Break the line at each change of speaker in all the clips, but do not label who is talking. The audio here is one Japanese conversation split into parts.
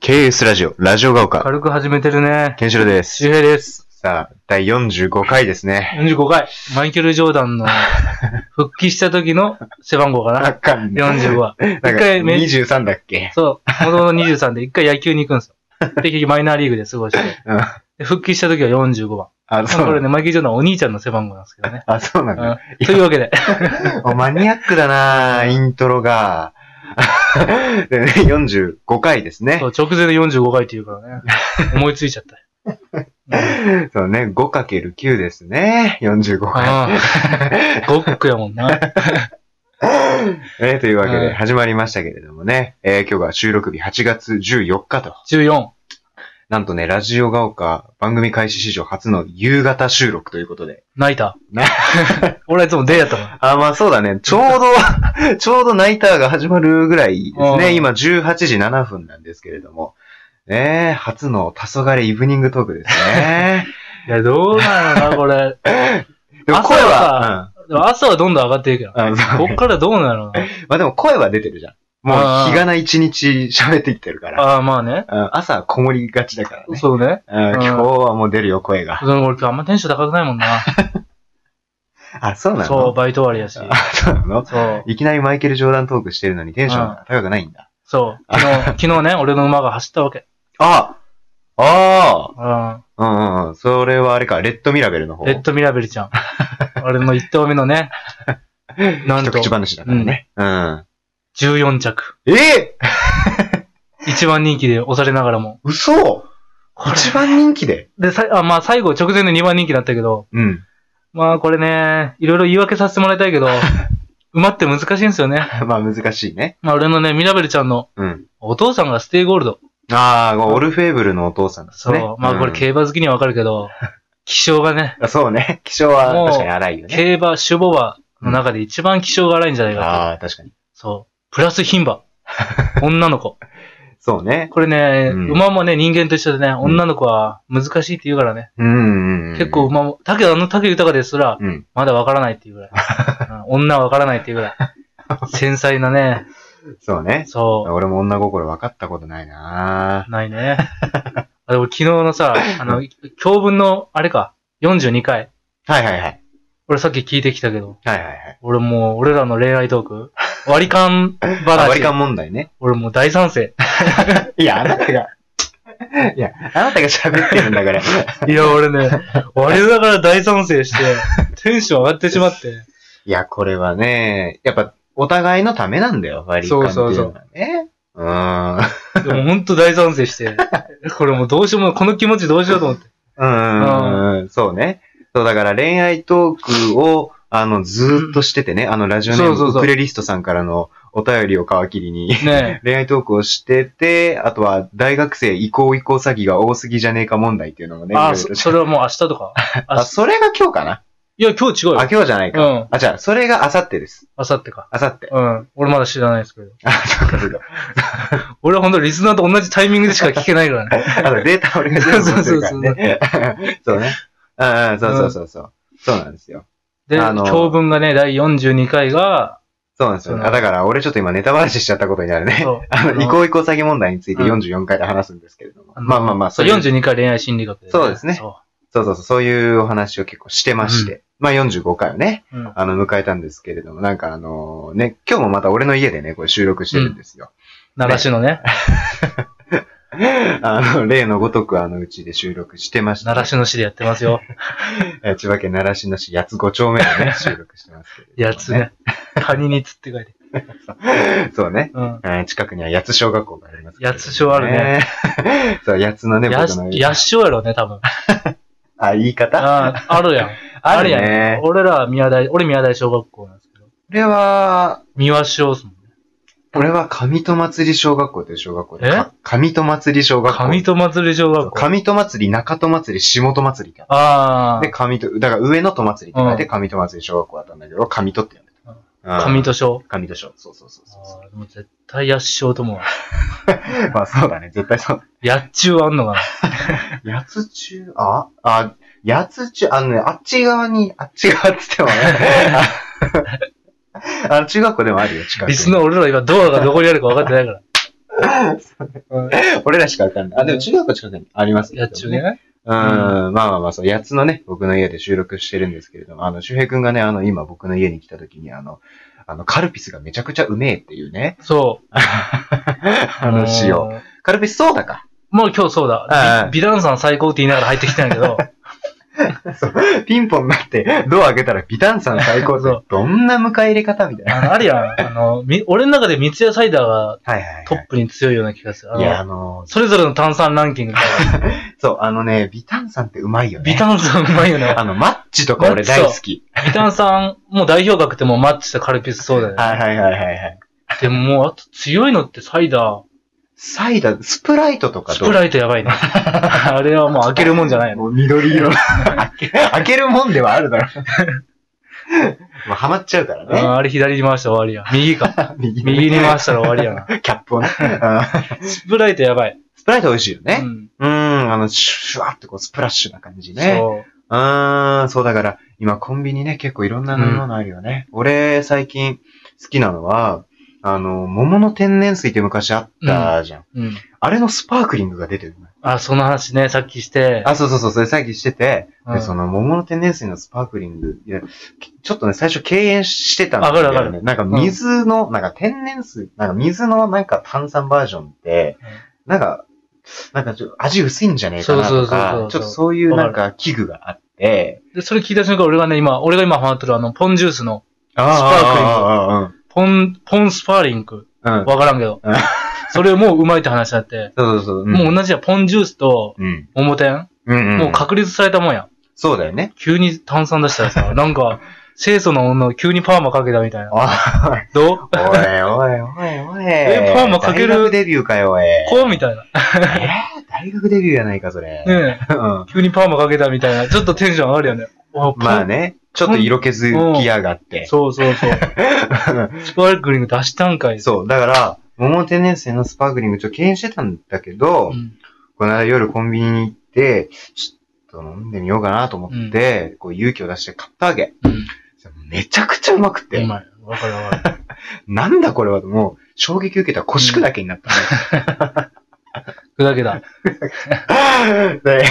KS ラジオ、ラジオが丘、
軽く始めてるね。
ケンシロウです。
周平です。
さあ、第45回ですね。
45回。マイケル・ジョー ダンの復帰した時の背番号か
あ
な。
かんね。
45は。
なんか
一回目
23だっけ
そう。もともと23で一回野球に行くんですよ。で、結局マイナーリーグで過ごして。
うん。
で復帰した時は45番。
あ、そう
こ
な
れ
んだ。
ね、マイケル・ジョーダンはお兄ちゃんの背番号なんですけどね。
あ、そうなんだ。
うんというわけで。
おマニアックだなイントロが。 でね、45回ですね
そ。う、直前で45回って言 うからね。思いついちゃった。
そうね、5×9 ですね。45回。
うん。ゴックやもんな。
えというわけ
う
で
ん
始まりましたけれどもね、えー今日が収録日8月14日と。
14。
なんとね、ラジオが丘番組開始史上初の夕方収録ということで。
泣いた
な。
俺はいつもデーやったもん。
あ、まあそうだね。ちょうど、 ちょうどナイターが始まるぐらいです
う
ね。
ん
今18時7分なんですけれども。ねえ、初の黄昏イブニングトークですね。
いや、どうなのかな、これ。
でも
朝は
声は、
でも朝はどんどん上がっていくやん。
うん、あそう
こ
ね
っからどうなのかな
まあでも声は出てるじゃん。もう
あー
日がな一日喋っていってるから。
ああ、まあね。
うん朝はこもりがちだからね。
そうね。
うん
う
今
ん
日はもう出るよ、声が。
でも俺今日あんまテンション高くないも んな。
あ、そうなの
そう、バイト終わりやし。
あ、そうなの
そう。
いきなりマイケル・ジョーダントークしてるのにテンションが高くないんだ。
そう。昨日、 昨日ね、俺の馬が走ったわけ。
ああ
うん。
あうんうんうん。それはあれか、レッドミラベルの方。
レッドミラベルち ゃん。俺の1頭目のね、なん
一
と
口、話だからね。うん。
14着。
えー
一番人気で押されながらも。
嘘一番人気で
で、さいあまあ最後直前で2番人気だったけど、
うん。
まあこれね、いろいろ言い訳させてもらいたいけど、馬って難しいんですよね。
まあ難しいね。
まあ俺のね、ミラベルちゃんの
うん。
お父さんがステイゴールド。
ああ、オルフェーブルのお父さんです
そう。
ね。
まあこれ競馬好きにはわかる けど、気象がね、
あそうね。気象は
もう
確かに荒いよね。
競馬、種母馬の中で一番気象が荒いんじゃないかと。
ああ、確かに。
そう。プラス牝 馬。女の子。
そうね。
これね、
うん
馬もね、人間と一緒でね、女の子は難しいって言うからね。
うんうんうん。
結構。馬も、だけどあの竹豊ですら、
うん。
まだわからないっていうぐらい。うん女はわからないっていうぐらい。繊細なね、
そうね。
そ
俺も女心分かったことないな
う、な いね。あでも昨日のさ、あの、教文の、あれか、42回。
はいはいはい。
俺さっき聞いてきたけど、
はいはいはい。
俺もう、俺らの恋愛トーク、 割り勘
あ割り
話、
勘問題ね。
俺もう大賛成。
いや、あな たが、いや、あなたが喋ってるんだから。
いや、俺 ね、割りだから大賛成して、テンション上がってしまって。
いや、これはね、やっぱ、お互いのためなんだよ、割り勘っていうのはね。
そうそう
うーん。
でもほんと大賛成して、これもうどうしようも、この気持ちどうしようと思って。
うーん。そうね。そう、だから恋愛トークを、あの、ずーっとしててね、あの、ラジオネー
そうそう
ム、
そ
ウ
う
クレリストさんからのお便りを皮切りに、
ね
恋愛トークをしてて、あとは、大学生移行移行詐欺が多すぎじゃねえか問題っていうのもね、
あ、
いろい
そ
ろ
それはもう明日とか。
あ、それが今日かない
や、今日違うよ
あ、。今日じゃないか。
うん
あ、じゃあ、それが明後日です。
明後日か。
明後日。
うん。俺まだ知らないですけど。
あ、そうか、そうか。
俺はほんとリスナーと同じタイミングでしか聞けないからね。
あ とデータ俺が全部持ってるからね。そうね。うんうん、そうそうそうそう。そうなんですよ。
で、
あの
教文がね、第42回が、
そうなんですよ。
そう
あだから、俺ちょっと今ネタバラシしちゃったことになるね
そう。
あ
あ
の、
の
移行移行詐欺問題について
うん
44回で話すんですけれども。
あの
まあまあまあ、
そ
そう
う
いう、
42回恋愛心理学で、
そうですね
そ
そうそうそう、そういうお話を結構してまして。まあ45回をね、
う。うん。
あの、迎えたんですけれども、なんかあの、ね、今日もまた俺の家でね、これ収録してるんですよ。
奈良市のね、
あの、例のごとくあのうちで収録してました。
奈良市の市でやってま すよ。
えー千葉県習志野市八つ5丁目でね、収録してますけれども、
やつね。 カニに釣って書いて。
そうね。
うん。
えー近くには八つ小学校があります、
八つ小あるね。
ね。 そう、八つのね、
や
僕
し
の、。
やっしょやろね、多分。
あ、言い方
ああ、あるやん。
ある
やん
ね。。こ
俺らは宮台、俺宮台小学校なんですけど。
れは、
三輪小っすもんね。
俺は上戸祭り小学校という小学校で。
え
か上戸祭り小学校。
上戸祭り小学校。
上戸祭り、中戸祭り、下戸祭りってあ
あ
る。で、
あ、
上戸、だから上の戸祭りって書いて、上戸祭り小学校だったんだけど、上戸って呼んでた。うん
上戸小。
上戸小。そうそうそう
あ
そうそ
ーでも絶対やっしょうと思うわ。
う。まあそうだね。絶対そう
やっちゅうはあんのかな。
八つ中、あ、あ、八つ中、あのね、あっち側に、あっち側って言ってもね。 あの、中学校でもあるよ、近くに。
リスの俺ら今ドアがどこにあるか分かってないから。 うん
俺らしかわかんない。あ、でも中学校近くにあります
い
けど
や、中ね。
うん、まあまあまあ、そう、八つのね、僕の家で収録してるんですけれども、あの、周平くんがね、あの、今僕の家に来た時に、あの、あの、カルピスがめちゃくちゃうめえっていう ね、
そう。
話を。
うん
カルピスソーダか。
もう今日そう
はいは
だ
い。
ビビダンさん最高って言いながら入ってきたんやけど、
ピンポン待って、ドア開けたらビタンさん最高
そ
って、どんな迎え入れ方みたいな。
あの、あるやん。あの、み俺の中で三ツ矢サイダーが
はいはい
ト
は
ップに強いような気がする。あ
い。いや、あ
の、
の、
それぞれの炭酸ランキングで、
そう、あのね、ビタンさんってうまいよね。
ビタンさんうまいよ ね。
あの、マッチとか俺大好き。
ビタンさん、もう代表格ってもうマッチしたカルピスそうだよね。
はいはいはいはいはい。
でももう、あと強いのってサイダ
サイダー、スプライトと
ー。
か
ス
どう
プライトや ばいね。あれはもう開けるもんじゃないの。
もう緑色。開け開けるもんではあ るだろう。まあ、ハマっちゃうからね。
ああれ左に回したら終わりや。右か。
右
右に回したら終わりやな。
キャップをね。うん
スプライトやばい。
スプライト美味しいよ
う
ね。
ん。
うん、あの、シュワってこう、スプラッシュな感じね。
そう。
うん、そうだから、今コンビニね、結構いろんな飲み物あるよね。俺、最近好きなのは、あの、桃の天然水って昔あったじゃん。
うん。
あれのスパークリングが出てるのよ
あ、その話ね、さっきして。
あ、そうそうそう、それさっきしてて、
うん
で、その、桃の天然水のスパークリング、いやちょっとね、最初敬遠してたんだけ
わかる
ど
わか
ね、なんか水の、なんか天然水、なんか水のなんか炭酸バージョンって、なんか、なんかちょっと味薄いんじゃねえかな
そう
と
そうそうそ
か
う、
ちょっとそういうなんか器具があって、
で、それ聞いた瞬間、俺がね、今、俺が今ハマってるあの、ポンジュースの、
あー
ポン、ポンスパーリンク。
あーあーうん。うん。
わからんけど
うん。
それもううまいって話になって。
そうそうそう。ん
もう同じや、ポンジュースと、
うん。
桃天。
うん。ん
もう確立されたもんや。
そうだよね。
急に炭酸出した らさ、なんか、清楚な女を急にパーマかけたみたいな。
あ
どう
ーおいおいおいおい。
えパーマかける
大学デビューかよ、おい。
こうみたいな。
えー大学デビューやないか、それ。
ねえ
うん。
急にパーマかけたみたいな。ちょっとテンション上がるよね。わ
まあ。ね、ちょっと色削きやがって。
そうそうそう。スパークリング出したんかい。
そう、だから、桃天然水のスパークリングちょっと敬遠してたんだけど、
うん。
この間夜コンビニに行って、ちょっと飲んでみようかなと思って、こう勇気を出して買ったわけ。
うん。
めちゃくちゃうまくて、
うまい。わかるわかる。
なんだこれはともう、衝撃受けたら腰砕けになった、
砕けだ。
で、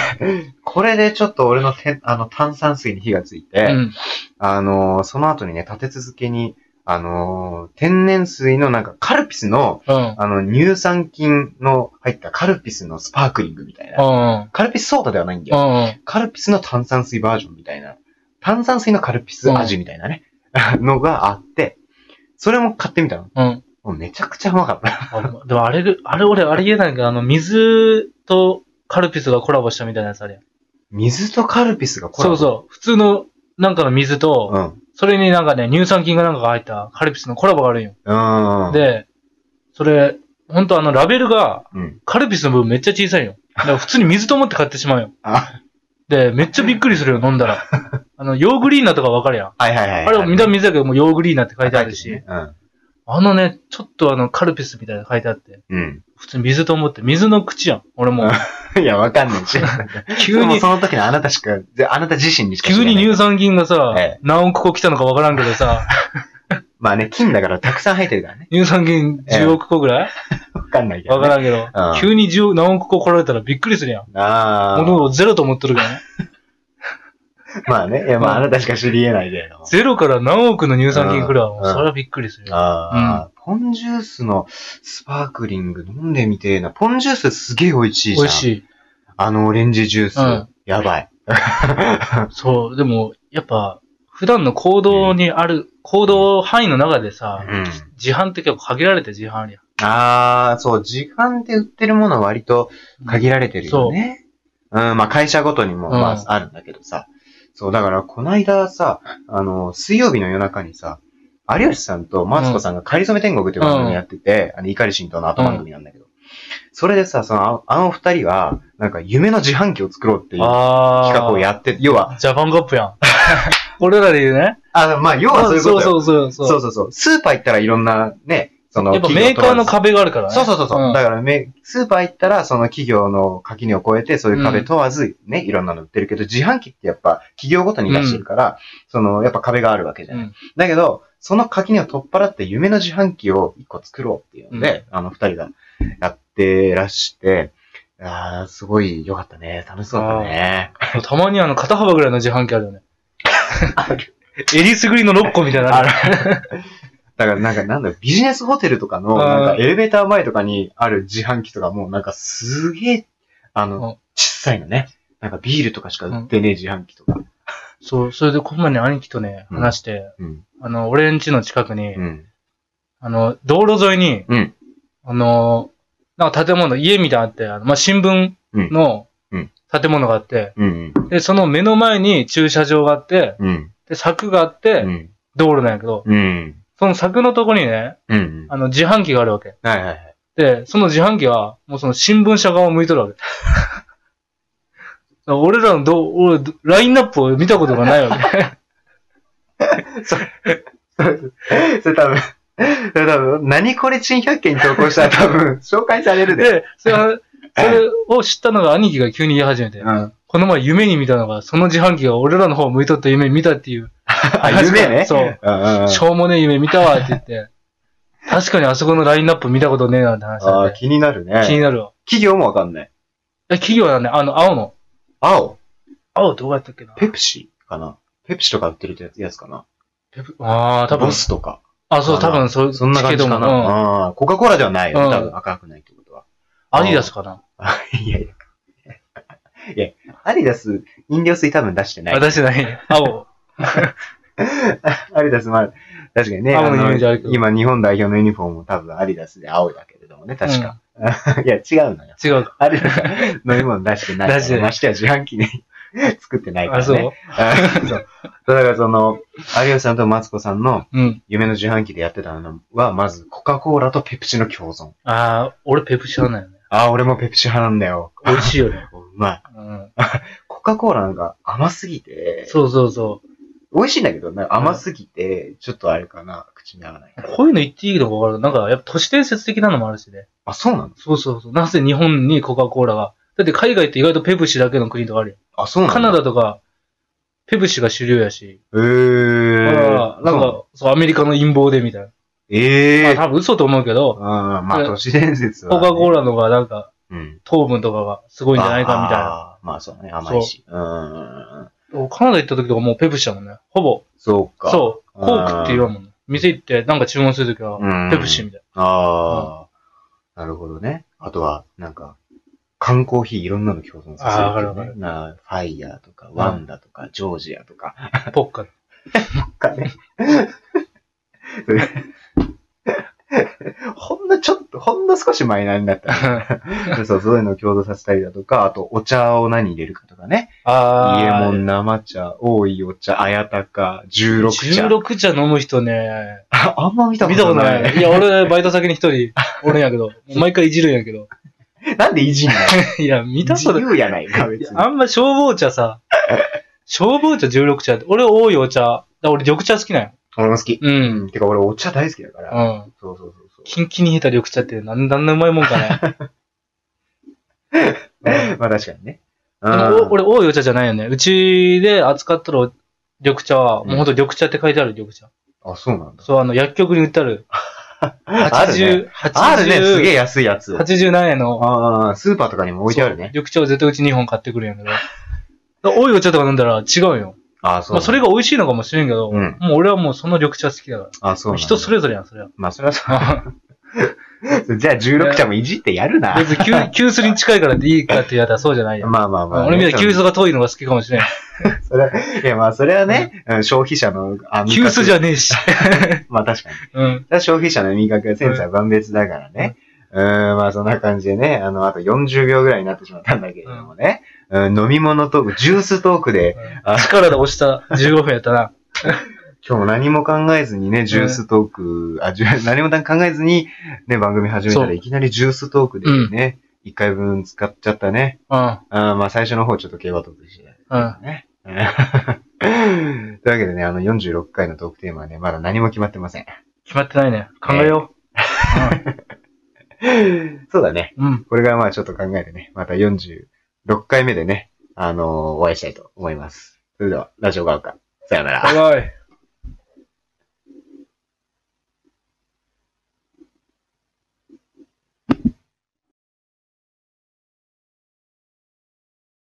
これでちょっと俺のてあの炭酸水に火がついて、
うん。
あのーその後にね、立て続けに、あのー天然水のなんかカルピスの、
うん。
あの、乳酸菌の入ったカルピスのスパークリングみたいな。
うん。
カルピスソーダではないんだよ。
うん。
カルピスの炭酸水バージョンみたいな。炭酸水のカルピス味みたいなね。のがあって、それも買ってみたの。
うん。
もうめちゃくちゃうまかった。
あでもあれぐ、あれ俺あれ言えないけど、あの、水とカルピスがコラボしたみたいなやつあれやん。
水とカルピスがコラ
そ
ボ。
うそう。普通の、なんかの水と、
うん。うん。
それになんかね、乳酸菌がなんかが入ったカルピスのコラボがあるんよ。で、それ、ほんとあのラベルが、
うん。
カルピスの部分めっちゃ小さいよ。だから普通に水と思って買ってしまうよ。
あ、
で、めっちゃびっくりするよ、飲ん だら。あの、ヨーグリーナとかわかるやん。
はいはいはい。
あれも見た
目
水だけど、もうヨーグリーナって書いてあるし、
うん。
あのね、ちょっとあの、カルピスみたいなの書いてあって、
うん。
普通に水と思って、水の口やん。俺もう、
いや、わか んないし。
急
もう
に、
その時のあなたしか、であなた自身にしか知ら
急
ない
に乳酸菌がさ
ええ、
何億個来たのかわからんけど さ、
まあね、金だからたくさん入ってるからね。
乳酸菌10億個ぐらい
わかんないけど、
わ
ね。
からんけど
う、ん
急に10何億個来られたらびっくりするやん。
ああ。
もうゼロと思っとるからね。
まあね、いやまああなたしか知り得ないけれども。
ゼロから何億の乳酸菌来るわ。もう
うん
それはびっくりするよ。
ああ、ポンジュースのスパークリング飲んでみてえな。ポンジュースすげえ美味しいじゃ
美
ん。
味しい。
あのオレンジジュース。
うん
やばい。
そう、でも、やっぱ、普段の行動にある、行動範囲の中でさ、
うん。
自販って結構限られて自販や。
ああ、そう、時間で売ってるものは割と限られてるよね。うん、まあ会社ごとにも、
うん
まああるんだけどさ。そう、だからこないださ、あの、水曜日の夜中にさ、有吉さんとマツコさんが仮初め天国っていう番組やってて、あの、怒り神道の後番組なんだけど。それでさ、その、ああの二人は、なんか夢の自販機を作ろうっていう
あ
企画をやって、要は、
ジャパンカップや ん。俺らで言うね。
あ、まあ、要はそういうこと
そう
よ。
そうそう
そうそ
そう
うそうスーパー行ったらいろんなね、その、
やっぱメーカーの
企
壁があるか
業
ら
問わず
ね。
そうそうそうそう。
ん
だからめ、スーパー行ったら、その企業の垣根を越えて、そういう壁問わず、ね、いろんなの売ってるけど、自販機ってやっぱ企業ごとに出してるから、その、やっぱ壁があるわけじゃない。
うん
だけど、その垣根を取っ払って夢の自販機を一個作ろうっていうので、あの二人がやってらして、ああ、すごい良かったね。楽しそうだったね。
たまにあの、肩幅ぐらいの自販機あるよね。 エリスグリーンの6個みたいなのある。
だからなんかなんだろう、ビジネスホテルとかの、
うん
なんかエレベーター前とかにある自販機とかもうなんかすげえ、あ
うん
の、小さいのね。なんかビールとかしか売ってねえ自販機とか。
そう、それでこの前に兄貴とね、
うん
話して、
うん。
あの、俺ん家の近くに、
うん。
あの、道路沿いに、
うん
あの、なんか建物、家みたいなのあって、あのまあ、新聞の
うん
建物があって、
うん。
で、その目の前に駐車場があって、
うん。
で、柵があっ
う
て、
ん。
道路なんやけど、
うん。
その柵のとこにね、
うん。
あの、自販機があるわけ。
はいはいはい。
で、その自販機は、もうその新聞社側を向いとる わけ。だから俺らのど、俺、ラインナップを見たことがないわけ。
それ多分、それ多分、何これ珍百景に投稿したら多 分、紹介され るで。
で、それはそれを知ったのが兄貴が急に言い始めて、
ん。
この前夢に見たのが、その自販機が俺らの方を向いとった夢見たっていう、
あ、夢ね。
そう。
うんうんうん。
しょうもねえ夢見たわって言って、確かにあそこのラインナップ見たことねえなって話
あ
だ
ー
ね。
気になる
気に
ね。
なるわ。
企業もわかんない。
え、企業だね、あの、青の。
青、
青どうやったっけな
ペプシかな。ペプシとか売ってるやつかな。
ああ、多分
ボ。スとか。
あ、そう、多分、そう、
そんな感じか
チケットもうん
な。うん。コカ・コーラではないよ、
うん
多分赤くないってことは。
アディダスかな。
いや いや。いや、アディダス、飲料水多分出してない。
私ない。青。
アディダス、まあ、確かにね、
青の
あ
イメージあるけど
今日本代表のユニフォームも多分アディダスで青だけれどもね、確か。 いや、違うのよ。
違うか。
アディダス、飲み物出してないから。
出してない
ましてや自販機に作ってないから
あ、
ね。
そう。
あ そう。だからその、有吉さんとマツコさんの
うん。
夢の自販機でやってたのは、まずコカ・コーラとペプシの共存。
ああ、俺ペプシ派なんよね。
ああ、俺もペプシ派なんだよ。
美味しいよね。
うまい。
うん。
コカ・コーラなんか甘すぎて、
そうそうそ
美味しいんだけど、なんか甘すぎて、ちょっとあれかな、口に合わない。
う。こういうの言っていいのか分からん。なんか、やっぱ都市伝説的なのもあるしね。
あ、そうなの
そうそうそう。なぜ日本にコカ・コーラが。だって海外って意外とペプシだけの国とかある
あ、そう
よ。
なの
カナダとか、ペプシが主流やし。
へえ
だから、
ー。
なんか、そう、アメリカの陰謀でみたいな。
え
ま
え
あ多分嘘と思うけど、
うん、まあ、都市伝説は、
コ
ね。
カ・コーラの方がなんか、
うん。
糖分とかがすごいんじゃないかみたいな。
あーまあ、そうだね、甘いし。うんうんうんうん。
カナダ行った時とかもうペプシだもんね。ほぼ。
そうか。
そう。
うん
コークって言わんもんね。店行ってなんか注文するときは、
うん
ペプシみたい
ああ、なるほどね。あとは、なんか、缶コーヒーいろんなの共存させる、ね。
あーわかるわかる
なファイヤーとか、ワンダとか、ジョージアとか。
な。ポッ カ。
かね。ほんのちょっと、ほんの少しマイナーにな った。そう、そういうのを共同させたりだとか、あと、お茶を何入れるかとかね。イエ
あ
モン生茶、多いお茶、あやたか、十六茶。
16茶飲む人ね、
あ あんま見たこ
見たことと
ない。
ない。いや、俺、バイト先に一人 おるんやけど、毎回いじるんやけど。
なんでいじんの
いや、 見たこと
自
ない。
由やないか、別に。
あんま消防 茶さ、消防茶16茶って、俺多いお茶、だから俺緑茶好きなんよ。
俺も好き。
う。
うんん。てか俺お茶大好きだから。
うん。
そうそうそう そう。
キンキンに冷えた緑茶ってなん、なんなうまいもんか ね。
まあ確かにね。う
でもお俺多いお茶じゃないよね。うちで扱っとる緑茶は、もうほんと緑茶って書いてある緑茶。
あ、そうなんだ。
そう、あの、薬局に売ってある。
あるね。
80、80
あるね、すげえ安いやつ。
80何円の。
ああ、スーパーとかにも置いてあるね。
緑茶を絶対うち2本買ってくるんやけど。だ からおいお茶とか飲んだら違うよ。
ああ、そうなん
まあ、
だ。
それが美味しいのかもしれんけど、
うん
もう俺はもうその緑茶好きだか
あ、そうなんだ
ら。人それぞれやん、そ れは。
まあ、それはそう。じゃあ、16茶もいじってやるな。
別に急、急須に近いからでいいかって言われたらそうじゃないやん。
まあまあまあ。
俺みたいに急
そ
須が遠いのが好きかもしれん。
れいや、まあ、それはね、うん消費者の、あ
急須じ
ゃ。
ゃね えし。
まあ、確かに。
うん。
だから消費者の味覚やセンサーは万別だからね。うん、まあそんな感じでね、あの、あと40秒ぐらいになってしまったんだけれどもね。うん、飲み物トーク、ジューストークで、あ
力で押した15分やったな。
今日も何も考えずにね、ジューストー ク、あ、ジュ何も考えずに、ね、番組始めた
そ
ら
う
いきなりジューストークでね、一、回分使っちゃったね。
うん。
あーまあ最初の方ちょっと競馬トークでした
うん。
ね。うん というわけでね、あの46回のトークテーマはね、まだ何も決まってません。
決まってないね。考えよ
そうだね。
う。うん。
これからまあちょっと考えてね、また46回目でね、あのーお会いしたいと思います。それでは、ラジオ側から。さようなら
バイ。バイ。